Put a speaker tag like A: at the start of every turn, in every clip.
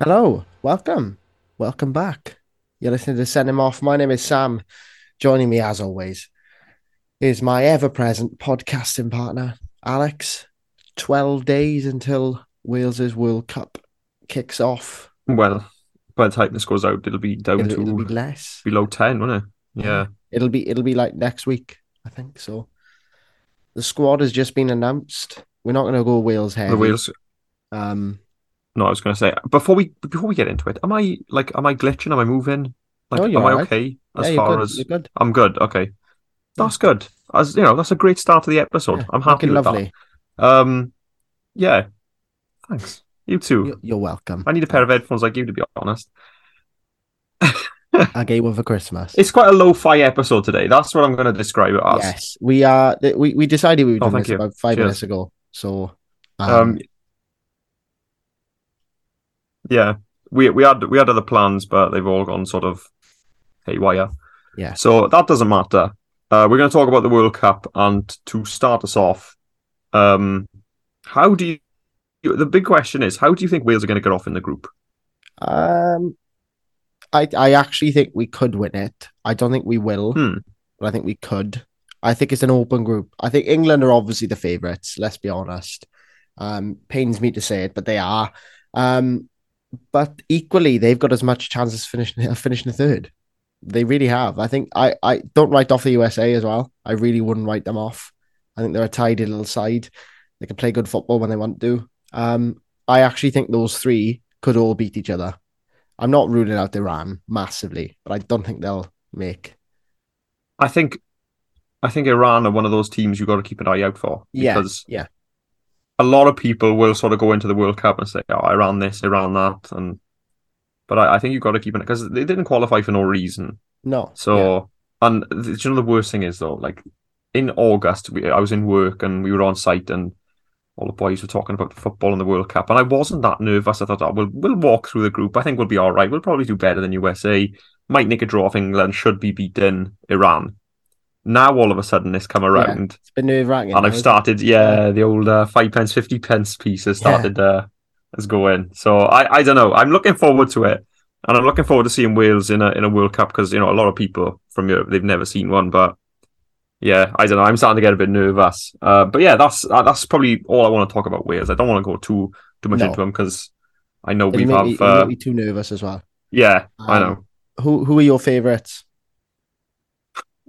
A: Hello, welcome, welcome back. You're listening to Send Him Off. My name is Sam. Joining me, as always, is my ever present podcasting partner, Alex. 12 days until Wales's World Cup kicks off.
B: Well, by the time this goes out, it'll be down
A: It'll,
B: to
A: it'll be less.
B: below 10, won't it? Yeah.
A: It'll be it'll be like next week, I think. So the squad has just been announced. We're not going to go Wales heavy.
B: The wheels.
A: Um,
B: No, I was going to say before we before we get into it, am I like am I glitching? Am I moving? Like,
A: No, you're
B: am I
A: all right.
B: okay?
A: Oh, yeah,
B: As
A: you're
B: far
A: good,
B: as
A: you're good.
B: I'm good. Okay, that's good. As you know, that's a great start to the episode.
A: Yeah,
B: I'm happy
A: looking
B: with
A: lovely.
B: that. Um, yeah. Thanks. You too.
A: You're, you're welcome.
B: I need a pair of headphones like you, to be honest.
A: I gave one for Christmas.
B: It's quite a lo-fi episode today. That's what I'm going to describe it as.
A: Yes, we are. th- We, we decided we were
B: Oh,
A: doing
B: thank
A: this
B: you.
A: about five
B: Cheers.
A: minutes ago. So, um,
B: Um, yeah, we we had we had other plans, but they've all gone sort of haywire.
A: Yeah.
B: So that doesn't matter. Uh, we're going to talk about the World Cup, and to start us off, um, how do you? The big question is, how do you think Wales are going to get off in the group?
A: um, I I actually think we could win it. I don't think we will,
B: Hmm.
A: but I think we could. I think it's an open group. I think England are obviously the favourites. Let's be honest. Um, pains me to say it, but they are. Um, but equally, they've got as much chance as finishing of finishing third. They really have. I think I, I don't write off the USA as well. I really wouldn't write them off. I think they're a tidy little side. They can play good football when they want to. Um, I actually think those three could all beat each other. I'm not ruling out Iran massively, but I don't think they'll make.
B: I think, I think Iran are one of those teams you got to keep an eye out for
A: Yeah,
B: because
A: yeah,
B: a lot of people will sort of go into the World Cup and say, "Oh, I ran this, I ran that," and but I, I think you've got to keep it because they didn't qualify for no reason.
A: no. yeah.
B: So, and th- do you know the worst thing is though, like in August, we, I was in work and we were on site and all the boys were talking about the football and the World Cup, and I wasn't that nervous. I thought, oh, we'll we'll walk through the group. I think we'll be all right. We'll probably do better than USA. Might nick a draw off England. Should be beaten Iran. Now all of a sudden this come around
A: it's been nerve wracking.
B: and I've started, yeah, the old uh, five pence, fifty pence piece has
A: Yeah.
B: started uh, is going. So I, I don't know. I'm looking forward to it, and I'm looking forward to seeing Wales in a in a World Cup because you know a lot of people from Europe they've never seen one, but yeah, I don't know. I'm starting to get a bit nervous. Uh, but yeah, that's uh, that's probably all I want to talk about Wales. I don't want to go too too much
A: No.
B: into them because I know
A: It'll
B: we
A: make,
B: have.
A: me, it'll
B: uh,
A: make me too nervous as well.
B: yeah, I know.
A: Um, Who who are your favourites?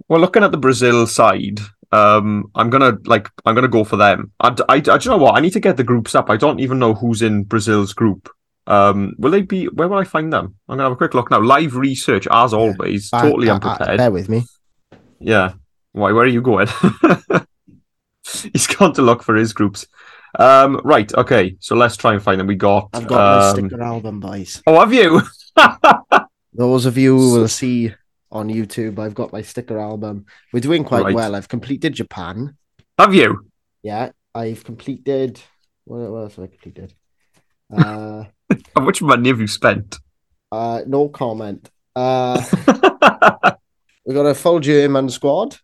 B: Well, looking at the Brazil side, um, I'm gonna like I'm gonna go for them. I, I, I- do you know what? I need to get the groups up. I don't even know who's in Brazil's group. Um, will they be? Where will I find them? I'm gonna have a quick look now. Live research, as always,
A: I-
B: totally
A: I- I-
B: unprepared.
A: bear with me.
B: yeah. Why? Where are you going? He's gone to look for his groups. Um, right. Okay. So let's try and find them. We got.
A: I've got my
B: um,
A: sticker album, boys.
B: oh, have you?
A: Those of you who will see on YouTube, I've got my sticker album. We're doing quite
B: Right.
A: well. I've completed Japan.
B: have you?
A: Yeah, I've completed. What, what else have I completed? Uh,
B: How much money have you spent?
A: uh, no comment. Uh, we got a full German squad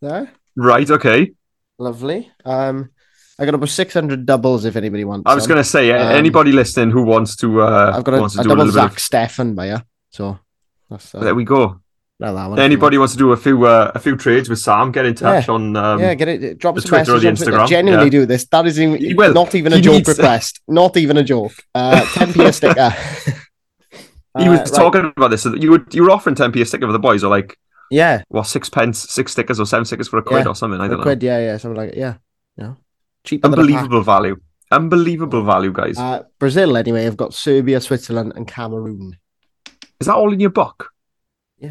A: there.
B: right. Okay.
A: Lovely. Um, I got about six hundred doubles if anybody wants.
B: I was
A: them.
B: going to say, a-
A: Um,
B: anybody listening who wants to, uh,
A: I've got a,
B: wants to
A: a
B: do a
A: double
B: little
A: Zach
B: bit
A: Stefan by you. So that's uh,
B: of, there we go.
A: well, that one.
B: Anybody wants to do a few, uh, a few trades with Sam, get in touch on, um,
A: yeah, get it. Drop
B: the
A: us a
B: Twitter or
A: message
B: the
A: on Twitter.
B: Instagram,
A: Genuinely
B: yeah.
A: do this. That is even,
B: He- well,
A: not even a
B: he
A: joke
B: needs-
A: request. Not even a joke. Uh, 10p a sticker.
B: he
A: Uh,
B: was
A: right.
B: talking about this. so You were, you were offering 10p a sticker for the boys or like,
A: Yeah,
B: well, six pence, six stickers or seven stickers for a quid
A: Yeah,
B: or something. I
A: a
B: don't know.
A: quid. Yeah, yeah, something like it. Yeah, no, cheaper than a pack.
B: Unbelievable value. Unbelievable value, guys.
A: Uh, Brazil, anyway, have got Serbia, Switzerland, and Cameroon.
B: Is that all in your book?
A: Yeah.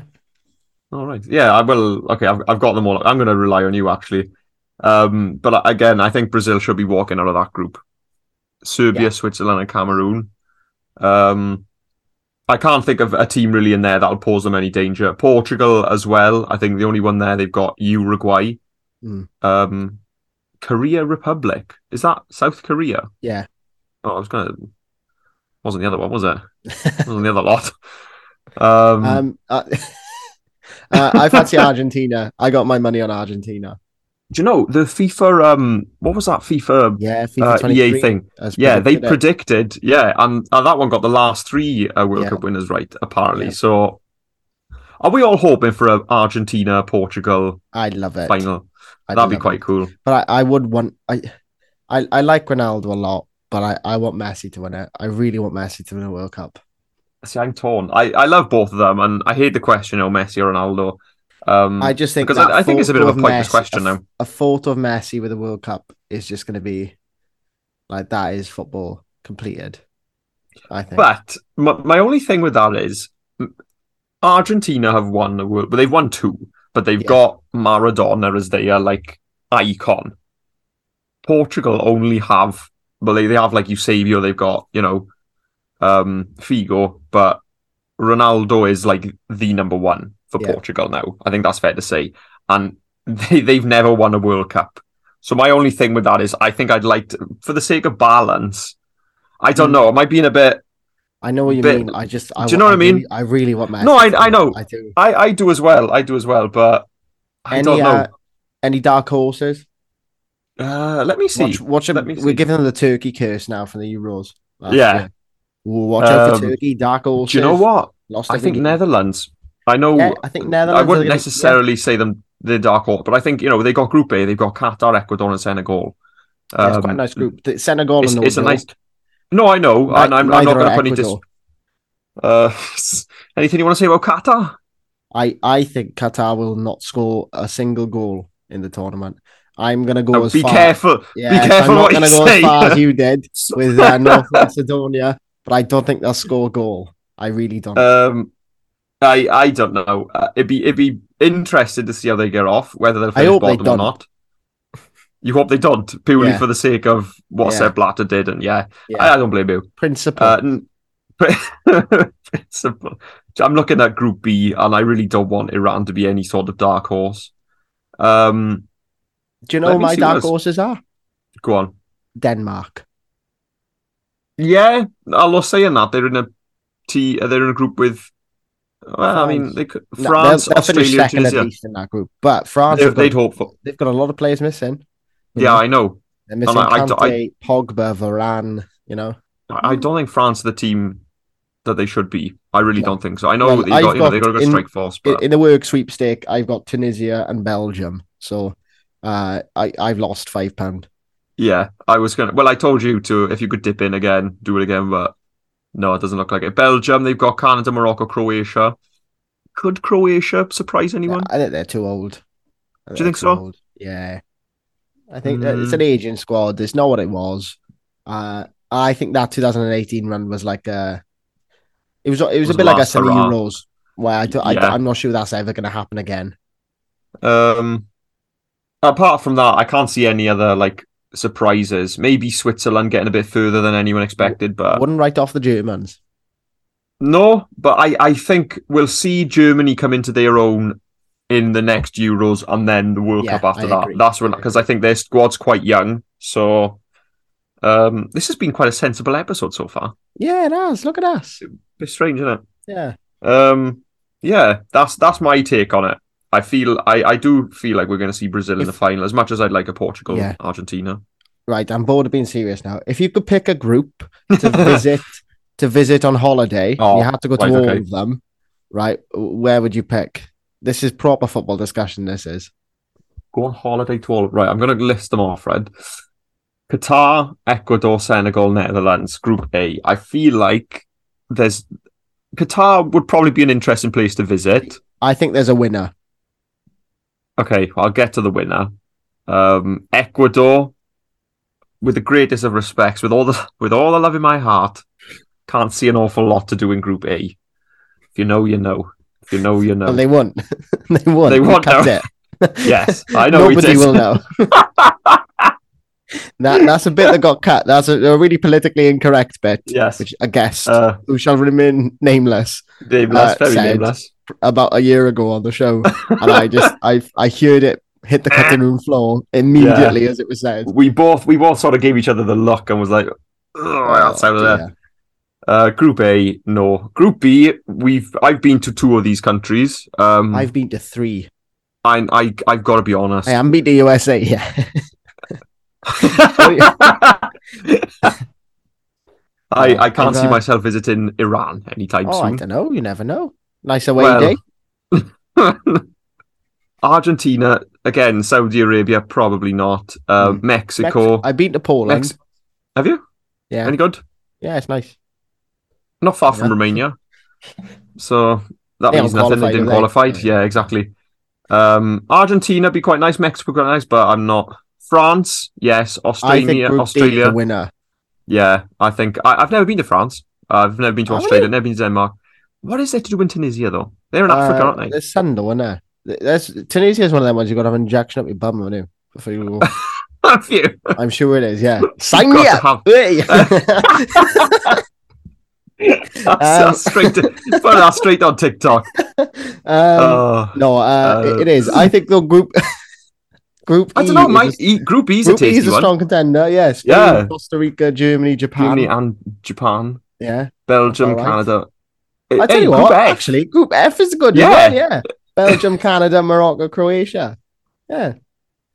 B: All right. Yeah, I will. Okay, I've, I've got them all. I'm going to rely on you, actually. Um, but I- again, I think Brazil should be walking out of that group. Serbia,
A: Yeah.
B: Switzerland, and Cameroon. Um, I can't think of a team really in there that'll pose them any danger. Portugal as well. I think the only one there they've got Uruguay.
A: Mm.
B: Um, Korea Republic. Is that South Korea?
A: Yeah,
B: Oh, I was going to. Wasn't the other one, was it? wasn't the other lot. Um,
A: um, uh, uh, I fancy Argentina. I got my money on Argentina.
B: Do you know the FIFA? Um, what was that FIFA?
A: Yeah,
B: uh,
A: FIFA
B: EA
A: 23
B: thing.
A: as
B: Yeah, they
A: predicted, eh?
B: predicted. Yeah, and, and that one got the last three uh, World
A: Yeah.
B: Cup winners right, apparently.
A: Yeah.
B: So, are we all hoping for a Argentina Portugal
A: I love it.
B: final?
A: I
B: That'd be
A: love
B: quite
A: it.
B: cool.
A: But I, I would want I, I I like Ronaldo a lot, but I, I want Messi to win it. I really want Messi to win a World Cup.
B: See, I'm torn. I, I love both of them, and I hate the question, oh, Messi or Ronaldo. Um,
A: I just think
B: because I,
A: that
B: I think it's a bit
A: photo
B: of a pointless
A: Messi-
B: question
A: a,
B: now.
A: A photo of Messi with a World Cup is just going to be like that is football completed. I think.
B: But my, my only thing with that is m- Argentina have won the world, but they've won two, but they've
A: Yeah.
B: got Maradona as their like icon. Portugal only have, well, they, they have like Eusebio, they've got you know, um, Figo, but Ronaldo is like the number one for
A: Yeah.
B: Portugal now. I think that's fair to say, and they they've never won a World Cup. So my only thing with that is, I think I'd like to, for the sake of balance. I don't
A: Mm.
B: know. It might be in a bit
A: I know what you
B: but-
A: mean. I just I,
B: Do you
A: wa-
B: know what I mean?
A: really- I really want Messi.
B: No, I-
A: to
B: I
A: win.
B: know.
A: I do.
B: I, I do as well. I do as well, but I
A: any
B: don't know.
A: uh, any dark horses?
B: Uh, let me see.
A: Watch, watch them.
B: Let me
A: We're
B: see.
A: giving them the Turkey curse now from the Euros. last
B: Yeah.
A: year. Ooh, watch out for
B: Um,
A: Turkey. Dark horses.
B: do you know what?
A: Lost
B: I think
A: every game.
B: Netherlands. I know.
A: Yeah, I think Netherlands.
B: I
A: are
B: wouldn't
A: gonna-
B: necessarily say them the dark horse, but I think you know they got Group A. They've got Qatar, Ecuador, and Senegal.
A: Yeah, it's quite a
B: Um,
A: nice group. The Senegal
B: It's,
A: and
B: it's a
A: Norway.
B: nice. No, I know,
A: Ni-
B: and I'm, I'm
A: neither
B: not going
A: are
B: to put any. Dis-
A: Ecuador.
B: uh, anything you want to say about Qatar?
A: I I think Qatar will not score a single goal in the tournament. I'm gonna go
B: Oh,
A: as
B: be
A: far.
B: careful.
A: Yeah,
B: careful
A: I'm not
B: what you
A: gonna go
B: say.
A: as far as you did with uh, North Macedonia, but I don't think they'll score a goal. I really don't.
B: Um, I I don't know. Uh, it'd be it'd be interested to see how they get off, whether they'll finish
A: hope they
B: bottom or
A: don't.
B: not. You hope they don't, purely
A: Yeah.
B: for the sake of what
A: Yeah.
B: Sepp Blatter did, and yeah,
A: yeah,
B: I, I don't blame you.
A: principle.
B: Uh, n- principle. I'm looking at Group B, and I really don't want Iran to be any sort of dark horse. Um,
A: Do you
B: let
A: know who
B: me
A: my
B: see what
A: dark
B: else-
A: horses are?
B: go on.
A: Denmark.
B: Yeah, I was saying that they're in a T. uh, They're in a group with. Well, I mean,
A: France.
B: they could,
A: No,
B: France,
A: they'll, they'll finish
B: Australia,
A: second at
B: Tunisia.
A: least in that group. But France,
B: They-
A: have got,
B: They'd hope for.
A: they've got a lot of players missing. you
B: Yeah,
A: know?
B: I know.
A: they're missing
B: I- I-
A: Kante,
B: I-
A: Pogba, Varane. You know,
B: I I don't think France are the team that they should be. I really
A: No.
B: don't think so. I know
A: Well,
B: that you got,
A: I've
B: you know, they got
A: got
B: to go
A: in-
B: strike force,
A: in,
B: but
A: in the work sweepstake, I've got Tunisia and Belgium. So, uh, I I've lost five pound.
B: yeah, I was gonna. Well, I told you to if you could dip in again, do it again, but no, it doesn't look like it. Belgium, they've got Canada, Morocco, Croatia. Could Croatia surprise anyone?
A: I think they're too old. I
B: Do you
A: they're
B: think
A: too
B: so? Mm.
A: old. Yeah, I think that it's an aging squad. It's not what it was. Uh, I think that 2018 run was like a. It was it was,
B: Was
A: a bit like us
B: last
A: in the
B: hurrah.
A: Euros, where I, do, I
B: Yeah.
A: am not sure that's ever going to happen again.
B: Um, apart from that, I can't see any other like surprises. Maybe Switzerland getting a bit further than anyone expected, but
A: Wouldn't write off the Germans.
B: No, but I, I think we'll see Germany come into their own in the next Euros and then the World
A: Yeah,
B: Cup after
A: I
B: that.
A: agree.
B: That's when
A: I
B: because I think their squad's quite young. So um, this has been quite a sensible episode so far.
A: Yeah, it has. Look at us.
B: Bit strange, isn't it?
A: Yeah,
B: Um, yeah, that's that's my take on it. I feel I, I do feel like we're going to see Brazil in
A: If-
B: the final as much as I'd like a Portugal,
A: Yeah.
B: Argentina.
A: right. I'm bored of being serious now. If you could pick a group to visit to visit on holiday,
B: Oh,
A: you had to go to
B: right,
A: all
B: okay.
A: of them. Right, where would you pick? This is proper football discussion. This is.
B: Go on holiday to all. Right, I'm going to list them off, Fred. Qatar, Ecuador, Senegal, Netherlands, Group A. I feel like there's Qatar would probably be an interesting place to visit.
A: I think there's a winner.
B: Okay, I'll get to the winner. Um, Ecuador, with the greatest of respects, with all the with all the love in my heart, can't see an awful lot to do in Group A. If you know, you know. If you know, you know.
A: Well, they won't. they won't.
B: They
A: We
B: won't
A: cut
B: know.
A: it.
B: yes, I know. we
A: Nobody
B: did.
A: will know. that that's a bit that got cut. That's a, a really politically incorrect bit,
B: Yes.
A: which a guest
B: Uh,
A: who shall remain nameless
B: nameless,
A: Uh,
B: very
A: said-
B: nameless.
A: about a year ago on the show, and I just I I heard it hit the cutting room floor immediately as it was said.
B: we both we both sort of gave each other the look and was like, oh, that's out of there.
A: dear.
B: Uh, group A, no. Group B, we've I've been to two of these countries. Um,
A: I've been to three.
B: I, I, I've got to be honest.
A: I am beat the USA, yeah.
B: I, I can't see
A: Uh,
B: myself visiting Iran anytime
A: oh, I
B: soon.
A: don't know. You never know. Nice away
B: Well,
A: day.
B: Argentina again, Saudi Arabia probably not. Uh, Mexico,
A: Hmm. Mex- I beat the Poland.
B: Mex- have you?
A: yeah,
B: Any good?
A: yeah, it's nice.
B: Not far from
A: Yeah.
B: Romania. So that
A: They
B: means
A: haven't
B: nothing. They
A: qualified,
B: didn't
A: have they?
B: qualify. Yeah, exactly. Um, Argentina be quite nice. Mexico quite nice, but I'm not. France, yes.
A: I think
B: Australia,
A: Group D is
B: Australia.
A: the winner.
B: Yeah, I think I, I've never been to France. I've never been to
A: Have
B: Australia.
A: you?
B: Never been to Denmark. What is there to do in Tunisia though? They're in Africa,
A: Uh,
B: aren't they?
A: There's sun though, isn't there? Th- There's, Tunisia is one of them ones you've got to have an injection up your bum, haven't you? Before you go.
B: Have you?
A: I'm sure it is, yeah. uh, Sign
B: You've
A: me
B: got to
A: up! Hey!
B: That's,
A: Uh,
B: that's straight. To, put that straight on TikTok.
A: um,
B: Oh.
A: no, uh,
B: uh,
A: it is. I think the group group
B: I don't
A: E
B: know.
A: is
B: My
A: a-
B: e, Group E's a
A: Group E
B: tasty
A: is a
B: one.
A: strong contender. Yeah, Spain,
B: Yeah.
A: Costa Rica, Germany, Japan.
B: Germany uh, and Japan,
A: Yeah, That's
B: Belgium,
A: all right.
B: Canada.
A: I tell
B: Hey,
A: you
B: Group
A: what,
B: F.
A: actually, Group F is good. Yeah,
B: Yeah.
A: yeah. Belgium, Canada, Morocco, Croatia. Yeah.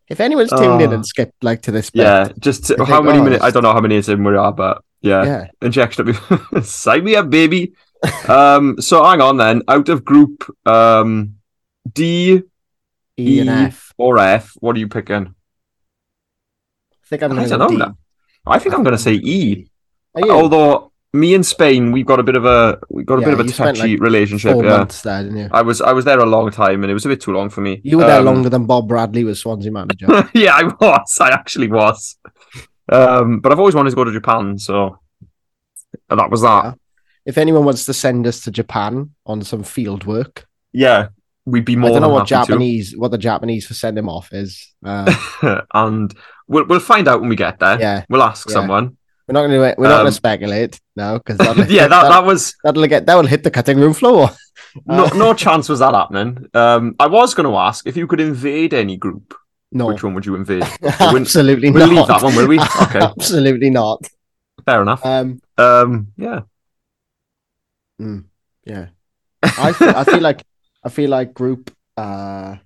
A: If anyone's tuned in
B: Oh.
A: and skipped like to this, bit,
B: Yeah, just
A: I
B: how
A: think
B: many
A: ours.
B: minutes? I don't know how many it's in we are, but yeah,
A: yeah.
B: injection up. Sign me up, baby. um, so hang on then. Out of Group um, D
A: E and
B: E.
A: F.
B: or F, what are you picking?
A: I think I'm
B: I
A: going to
B: don't
A: go
B: know
A: D.
B: now. I think I'm going to say E.
A: Are you?
B: Although me and Spain, we've got a bit of a we've got a
A: Yeah,
B: bit of a
A: you spent,
B: touchy
A: like,
B: relationship.
A: Four
B: Yeah,
A: months there, didn't you?
B: I was I was there a long time, and it was a bit too long for me.
A: You were there
B: Um,
A: longer than Bob Bradley was Swansea manager.
B: yeah, I was. I actually was. Um, but I've always wanted to go to Japan, so and that was that.
A: if anyone wants to send us to Japan on some field work,
B: Yeah, we'd be more
A: I don't know
B: than
A: what
B: happy to.
A: Japanese, what the Japanese for send him off is. Uh,
B: and we'll we'll find out when we get there.
A: yeah,
B: We'll ask
A: Yeah.
B: someone.
A: we're not going to we're not going
B: Um,
A: to speculate now because
B: yeah, that, that was
A: that'll get that will hit the cutting room floor.
B: no
A: Uh,
B: no chance was that happening. Um, I was going to ask if you could invade any group.
A: no,
B: Which one would you invade? wouldn't-
A: absolutely
B: We'll
A: not.
B: leave that one, will we? Okay,
A: absolutely not.
B: fair enough.
A: Um,
B: Um, yeah,
A: yeah, I feel, I feel like I feel like group. Uh,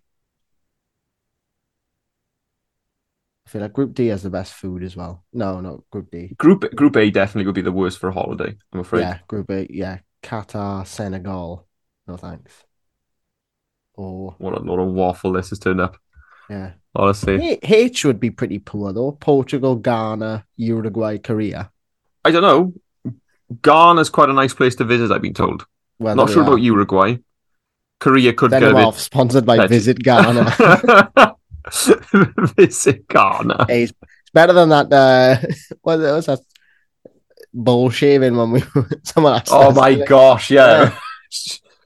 A: I feel like Group D has the best food as well. No, not Group D.
B: group Group A definitely would be the worst for a holiday. I'm afraid.
A: Yeah, Group A. Yeah, Qatar, Senegal. No thanks. Or
B: What a lot of waffle this has turned up.
A: yeah,
B: Honestly,
A: H H would be pretty poor though. Portugal, Ghana, Uruguay, Korea.
B: I don't know. Ghana's quite a nice place to visit, I've been told.
A: Well,
B: Not
A: there
B: sure
A: we
B: about
A: are.
B: Uruguay. Korea could
A: Send
B: get a
A: them
B: bit.
A: off. Sponsored by
B: Let's-
A: Visit Ghana.
B: visit Ghana.
A: Hey, it's it's better than that. Uh, what was that? Bowl shaving when we someone asked.
B: Oh
A: us.
B: my gosh, yeah.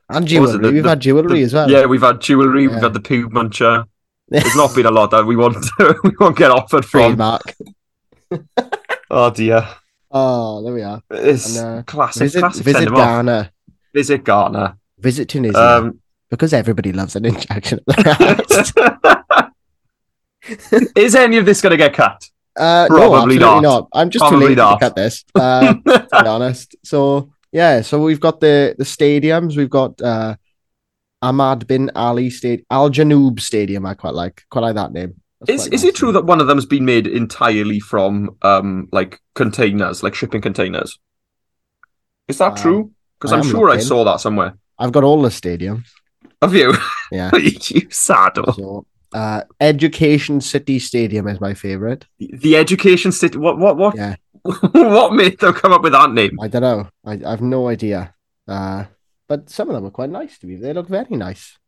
A: And
B: What was it,
A: jewelry.
B: the-
A: We've
B: the-
A: had jewelry as well.
B: Yeah, we've had jewelry,
A: Yeah.
B: we've had the poo muncher. There's not been a lot that we want to, we won't get offered from.
A: trademark.
B: Oh dear.
A: Oh, there we are.
B: It's
A: And, uh,
B: classic,
A: Visit,
B: classic
A: visit
B: send 'em off.
A: Ghana.
B: Visit Ghana.
A: Visit Tunisia
B: Um,
A: because everybody loves an injection. at the
B: is any of this going to get cut?
A: uh, no,
B: Probably
A: absolutely
B: not.
A: not. I'm just
B: Probably
A: too late
B: not.
A: to cut this. Uh, to be honest. So yeah, so we've got the the stadiums. We've got uh, Ahmad bin Ali Stadium, Al Janoub Stadium. I quite like quite like that name. That's
B: Is
A: quite
B: is
A: nice.
B: it true that one of them's been made entirely from um like containers, like shipping containers? Is that
A: Uh,
B: true? Because
A: I
B: I'm
A: am
B: sure I
A: looking.
B: saw that somewhere.
A: I've got all the stadiums.
B: Have you?
A: Yeah.
B: you saddle.
A: So, uh, Education City Stadium is my favorite.
B: The education city. What what what?
A: Yeah.
B: what made them come up with that name?
A: I don't know. I, I have no idea. Uh, but some of them are quite nice to me. They look very nice.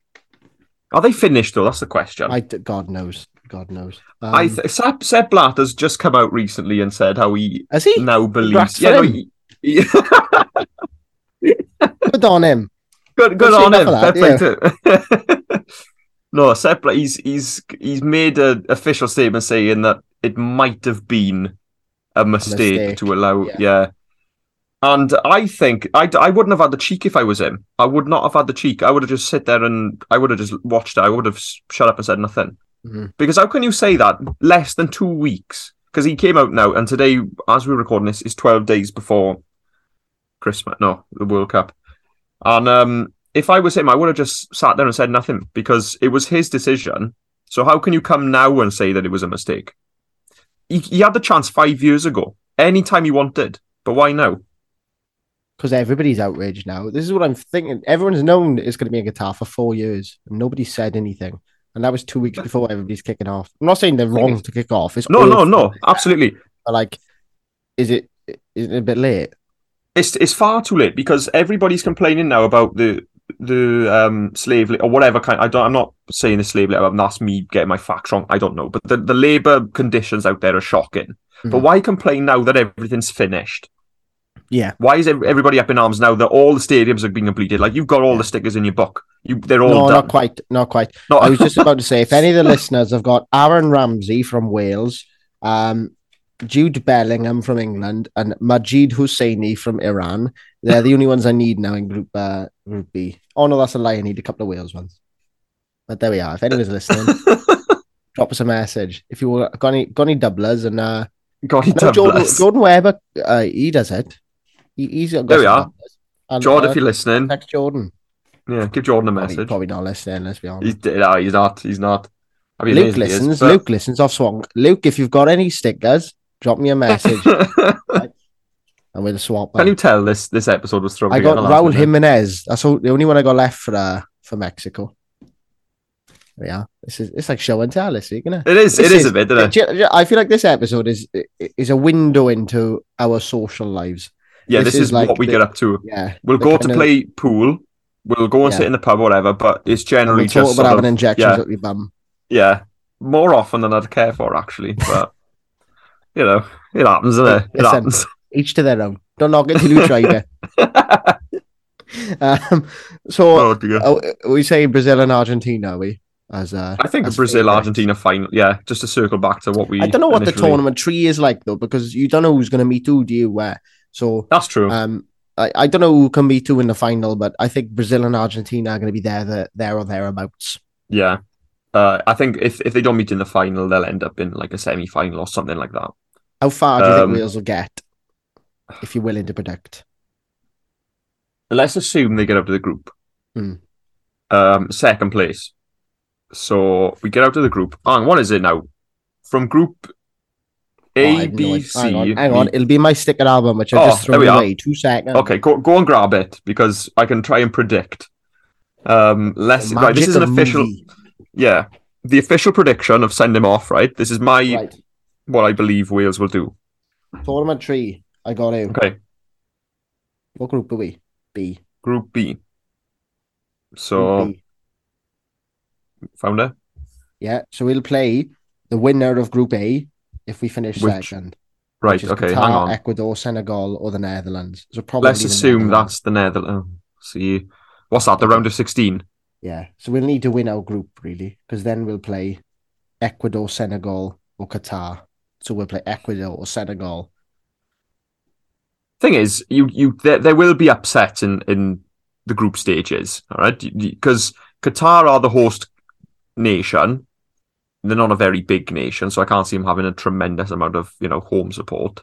B: Are they finished though? That's the question.
A: I d- God knows. God knows. Um,
B: I th- Seb, Seb Blatter's just come out recently and said how he
A: has he?
B: now believes.
A: Congrats
B: Yeah,
A: for
B: no,
A: him.
B: he- he-
A: Good on him.
B: good, good
A: We'll see
B: on him.
A: enough of
B: Fair play to him. no, Sepp, he's he's he's made an official statement saying that it might have been a mistake,
A: mistake,
B: to allow. Yeah.
A: yeah.
B: And I think I, I wouldn't have had the cheek if I was him. I would not have had the cheek. I would have just sit there and I would have just watched it. I would have s- shut up and said nothing.
A: Mhm.
B: Because how can you say that less than two weeks? Because he came out now, and today, as we're recording this, is twelve days before Christmas. No, the World Cup, and um, if I was him, I would have just sat there and said nothing because it was his decision. So how can you come now and say that it was a mistake? He, he had the chance five years ago, any time he wanted, but why now?
A: because everybody's outraged now. This is what I'm thinking. Everyone's known it's going to be a guitar for four years, and nobody said anything. And that was two weeks before everybody's kicking off. I'm not saying they're wrong to kick off. It's
B: No, no,
A: awful,
B: no, absolutely.
A: But like, is it is it a bit late?
B: It's it's far too late because everybody's complaining now about the the um slave la- or whatever kind. I don't. I'm not saying the slave labor. That's me getting my facts wrong. I don't know, but the the labor conditions out there are shocking. But
A: Mhm.
B: why complain now that everything's finished?
A: Yeah,
B: Why is ev- everybody up in arms now that all the stadiums have been completed? Like you've got all the stickers in your book. You they're all
A: no,
B: done.
A: not quite, not quite.
B: Not-
A: I was just about to say, if any of the listeners have got Aaron Ramsey from Wales, um, Jude Bellingham from England, and Majid Husseini from Iran, they're the only ones I need now in Group uh, Group B. Oh no, that's a lie. I need a couple of Wales ones. But there we are. If anyone's listening, drop us a message. If you were- got any got any doublers and uh,
B: God, he
A: no,
B: done
A: Jordan
B: bless.
A: Jordan Webber, uh, he does it. He, he's got
B: There we
A: some
B: are.
A: doublers. And,
B: Jordan,
A: uh,
B: if you're listening,
A: text Jordan.
B: yeah, give Jordan a
A: Well, he's
B: message.
A: probably not listening. Let's be honest.
B: He's, no, he's not. He's not. I mean,
A: Luke
B: he is, he is,
A: listens.
B: but-
A: Luke listens off Swank. Luke, if you've got any stickers, drop me a message and we'll swap.
B: Can
A: them.
B: you tell this this episode was thrown?
A: I got
B: together last
A: Raul
B: minute?
A: Jimenez. That's all, the only one I got left for uh, for Mexico. Yeah, this is it's like show and tell this week, isn't it?
B: It is.
A: This
B: It is,
A: is-
B: a bit, isn't it?
A: Do you- I feel like this episode is is a window into our social lives.
B: Yeah,
A: this
B: this,
A: is
B: is, what
A: like
B: we
A: the-
B: get up to.
A: Yeah,
B: We'll
A: the
B: go to
A: kind of-
B: play pool. We'll go and
A: Yeah.
B: sit in the pub, whatever. But it's
A: and
B: generally
A: we'll talk
B: just
A: about
B: sort
A: having
B: of,
A: injections
B: yeah.
A: up your bum.
B: yeah, more often than I'd care for actually. But you know, it happens, doesn't it? It
A: Listen.
B: happens.
A: Each to their own. Don't knock it till you try it. Um, so
B: oh dear.
A: Oh, are we saying Brazil and Argentina? Are we as uh,
B: I think
A: as
B: Brazil
A: favourites?
B: Argentina final. Yeah, just to circle back to what we.
A: I don't know what the
B: initially-
A: tournament tree is like though, because you don't know who's going to meet who, do you? Where? So,
B: That's true.
A: um, I, I don't know who can meet who in the final, but I think Brazil and Argentina are going to be there, the, there or thereabouts.
B: yeah, uh, I think if if they don't meet in the final, they'll end up in like a semi final or something like that.
A: How far do you
B: Um,
A: think Wales will get? If you're willing to predict,
B: let's assume they get out of the group.
A: Hmm.
B: Um, second place. So we get out of the group. Hang, on, what is it now? From group
A: Oh, I
B: A,
A: have no
B: B,
A: idea.
B: C.
A: Hang on, hang on. it'll be my sticker album, which I
B: Oh,
A: just
B: there
A: thrown
B: we are.
A: away. Two seconds.
B: Okay, go go and grab it because I can try and predict. Um,
A: The
B: let's right. This
A: magic
B: is an
A: of
B: official.
A: movie.
B: Yeah, the official prediction of send him off. Right. This is my
A: right.
B: what I believe Wales will do.
A: tournament tree. I got it.
B: Okay,
A: What group are we? B.
B: Group B.
A: Group
B: So
A: B.
B: found it.
A: Yeah, so we'll play the winner of Group A if we finish
B: Which-
A: second.
B: Right.
A: which is
B: Okay.
A: Qatar,
B: hang on.
A: Ecuador, Senegal, or the Netherlands. So probably
B: Let's
A: the
B: assume
A: Netherlands.
B: that's the Netherlands. See, what's that? The round of sixteen.
A: yeah. So we'll need to win our group really, because then we'll play Ecuador, Senegal, or Qatar. So we'll play Ecuador or Senegal.
B: Thing is, you you there, there will be upsets in in the group stages. All right, because Qatar are the host nation. They're not a very big nation, so I can't see them having a tremendous amount of you know home support.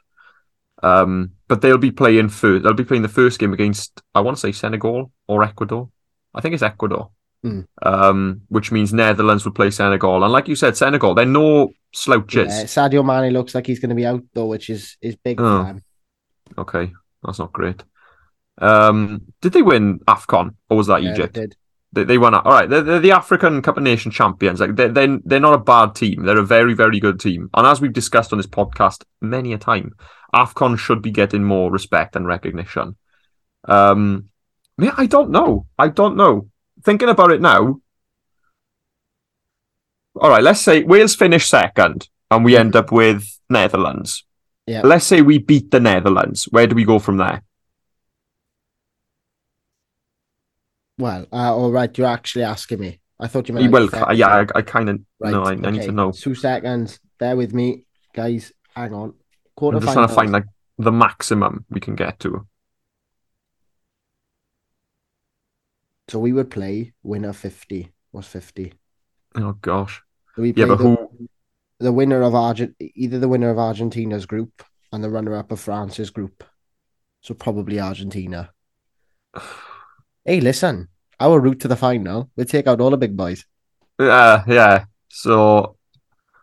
B: Um, but they'll be playing first. They'll be playing the first game against I want to say Senegal or Ecuador. I think it's Ecuador.
A: Hmm.
B: Um, which means Netherlands will play Senegal, and like you said, Senegal they're no slouches.
A: Yeah, Sadio Mane looks like he's going to be out though, which is is big
B: Oh.
A: time.
B: Okay, that's not great. Um, did they win AFCON or was that
A: Yeah,
B: Egypt?
A: did.
B: They, they won. All right, they're, they're the African Cup of Nations champions. Like they're, they're they're not a bad team. They're a very very good team. And as we've discussed on this podcast many a time, AFCON should be getting more respect and recognition. Um, yeah, I don't know. I don't know. Thinking about it now. All right, let's say Wales finish second and we end up with Netherlands.
A: Yeah.
B: Let's say we beat the Netherlands. Where do we go from there?
A: Well, uh, all right. You're actually asking me. I thought you meant. like,
B: well,
A: second.
B: yeah, I, I kind of no, I, I need
A: okay,
B: to know.
A: Two seconds. Bear with me, guys. Hang on.
B: I'm
A: Quarter
B: just trying to find like the maximum we can get to.
A: So we would play winner 50. What's 50?
B: Oh gosh,
A: So we play
B: yeah, but
A: the,
B: who?
A: the winner of Argent, either the winner of Argentina's group and the runner up of France's group. So probably Argentina. Hey, listen, our route to the final. We take out all the big boys.
B: Yeah, Uh, yeah. So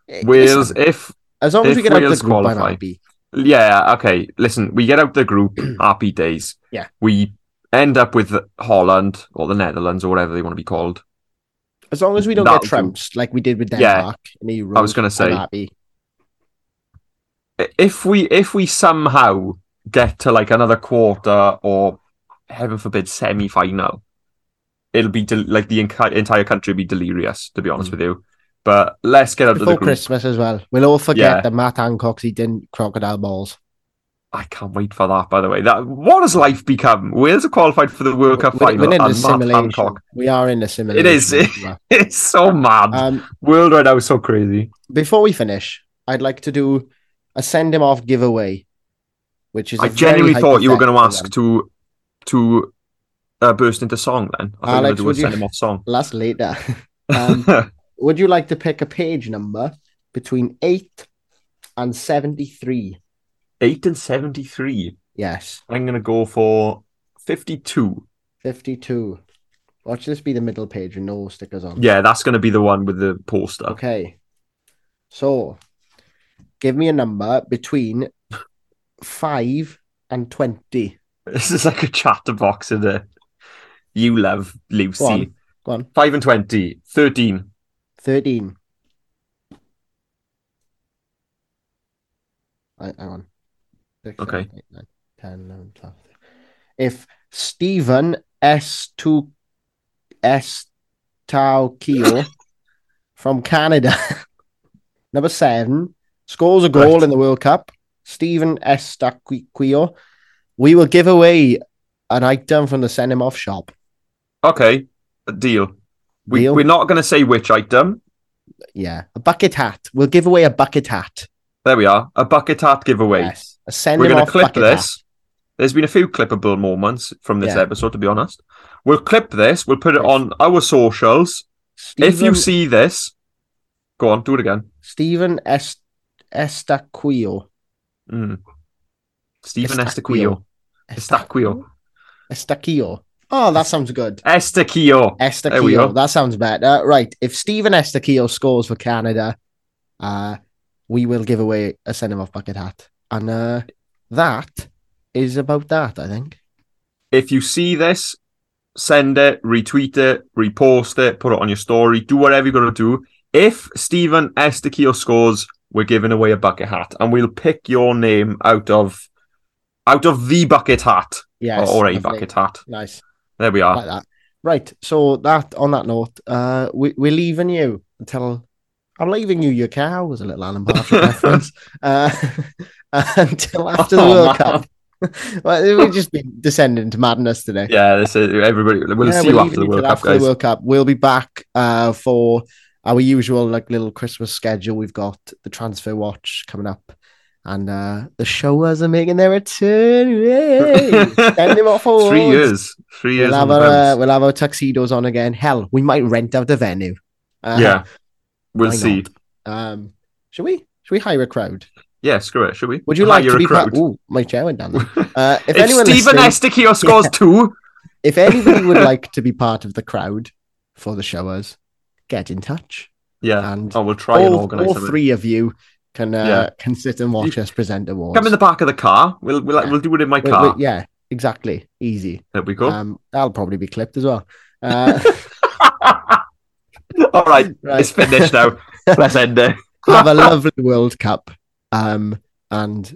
A: Eh,
B: Wales,
A: listen,
B: if
A: as long as
B: if
A: we get out of the
B: Wales
A: group, I'm
B: qualify-
A: happy.
B: yeah, okay. Listen, we get out the group. happy days.
A: Yeah.
B: We end up with Holland or the Netherlands or whatever they want to be called.
A: As long as we don't
B: That'll
A: get
B: do.
A: trounced like we did with
B: Yeah.
A: Denmark in the Euros,
B: I was gonna
A: I'm
B: say.
A: happy.
B: If we if we somehow get to like another quarter or heaven forbid semi final, it'll be del- like the enc- entire country will be delirious. To be honest
A: Mm.
B: with you, but let's get out of the
A: before
B: group.
A: Christmas as well. We'll all forget
B: Yeah.
A: that Matt Hancock's he didn't crocodile balls.
B: I can't wait for that. By the way, that what has life become? Wales are qualified for the World Cup final,
A: in
B: and Matt
A: simulation.
B: Hancock.
A: We are in the simulation.
B: is.
A: as
B: It's so mad.
A: well. um,
B: World right now is so crazy.
A: before we finish, I'd like to do a send him off giveaway, which is.
B: I
A: a very
B: genuinely thought you were going to
A: hypothetical
B: ask
A: one.
B: to to uh, burst into song. Then I thought
A: Alex,
B: you were
A: would
B: going to
A: you-
B: send him off song.
A: That's later. um, would you like to pick a page number between eight and seventy-three?
B: Eight and seventy-three.
A: Yes,
B: I'm going to go for fifty-two.
A: fifty-two. Watch this be the middle page with no stickers on.
B: Yeah, that's going to be the one with the poster.
A: Okay. So give me a number between five and 20.
B: This is like a chatterbox in it. You love Lucy.
A: Go on. Go on.
B: Five and twenty. Thirteen.
A: 13. I, hang on. Six,
B: Okay.
A: seven, eight, nine, 10, 11, 12. If Stephen S2 S Tao Keo from Canada, number seven, scores a goal
B: Right.
A: in the World Cup, Stephen S Takio, we will give away an item from the Send Him Off shop.
B: Okay, deal. We,
A: Deal.
B: We're not going to say which item.
A: Yeah, a bucket hat. We'll give away a bucket hat.
B: There we are. A bucket hat giveaway.
A: Yes, a Send
B: We're
A: Him
B: going
A: Off
B: to clip
A: bucket
B: this.
A: hat.
B: There's been a few clippable moments from this
A: Yeah.
B: episode, to be honest. We'll clip this. We'll put it
A: Yes.
B: on our socials. If
A: Stephen-
B: you see this, go on, do it again.
A: Stephen S. Estaquio.
B: Mm. Stephen
A: Estaquio.
B: Estaquio. Estaquio.
A: Estaquio. Oh, that sounds good.
B: Estaquio. There we
A: Estaquio.
B: go.
A: That sounds better. Right. If Stephen Estaquio scores for Canada, uh, we will give away a send him off bucket hat. And uh, that is about that, I think.
B: If you see this, send it, retweet it, repost it, put it on your story, do whatever you're going to do. If Stephen Estaquio scores, we're giving away a bucket hat and we'll pick your name out of out of the bucket hat.
A: Yes.
B: or a
A: lovely.
B: Oh, bucket hat.
A: Nice.
B: There we are.
A: Like that. Right. So that on that note, uh, we, we're leaving you until I'm leaving you your cow was a little Alan Partridge reference. Uh, until after the
B: Oh,
A: World
B: man.
A: Cup. well, we've just been descending to madness today.
B: Yeah, this is everybody. We'll
A: Yeah,
B: see
A: we're
B: you
A: leaving
B: after the
A: till
B: World Cup,
A: after the
B: guys.
A: World Cup. We'll be back uh, for our usual like little Christmas schedule. We've got the transfer watch coming up, and uh, the showers are making their return. Yay! Send them off awards.
B: Three years. Three years.
A: We'll have,
B: on the
A: our, uh,
B: bounce.
A: we'll have our tuxedos on again. Hell, we might rent out the venue. Uh,
B: yeah, we'll
A: why
B: see.
A: not? Um, should we? Should we hire a crowd?
B: Yeah, screw it. Should we?
A: Would you
B: Hire
A: like to
B: a
A: be part?
B: crowd?
A: Ooh, my chair went down. there. Uh, if,
B: If,
A: anyone
B: Stephen
A: listening-
B: Estiquio scores two,
A: if anybody would like to be part of the crowd for the showers, get in touch.
B: yeah.
A: And
B: Oh, we'll try and
A: all,
B: organise
A: all
B: something.
A: three of you can uh,
B: Yeah.
A: can sit and watch us present awards.
B: Come in the back of the car. We'll we'll,
A: Yeah.
B: we'll do it in my
A: Wait,
B: car.
A: wait, yeah, exactly. Easy.
B: There we go.
A: Um, that'll probably be clipped as well. Uh,
B: All right,
A: right.
B: it's finished now. Let's end it.
A: have a lovely World Cup. Um, and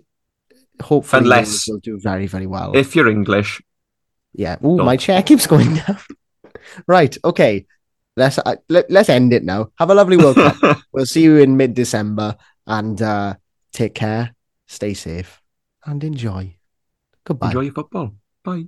A: hopefully
B: Unless-
A: we'll do very, very well.
B: If you're English,
A: yeah. Ooh,
B: Don't.
A: my chair keeps going down. right. Okay. Let's uh, let, let's end it now. Have a lovely World Cup. We'll see you in mid December, and uh, take care. Stay safe and enjoy. Goodbye.
B: enjoy your football. Bye.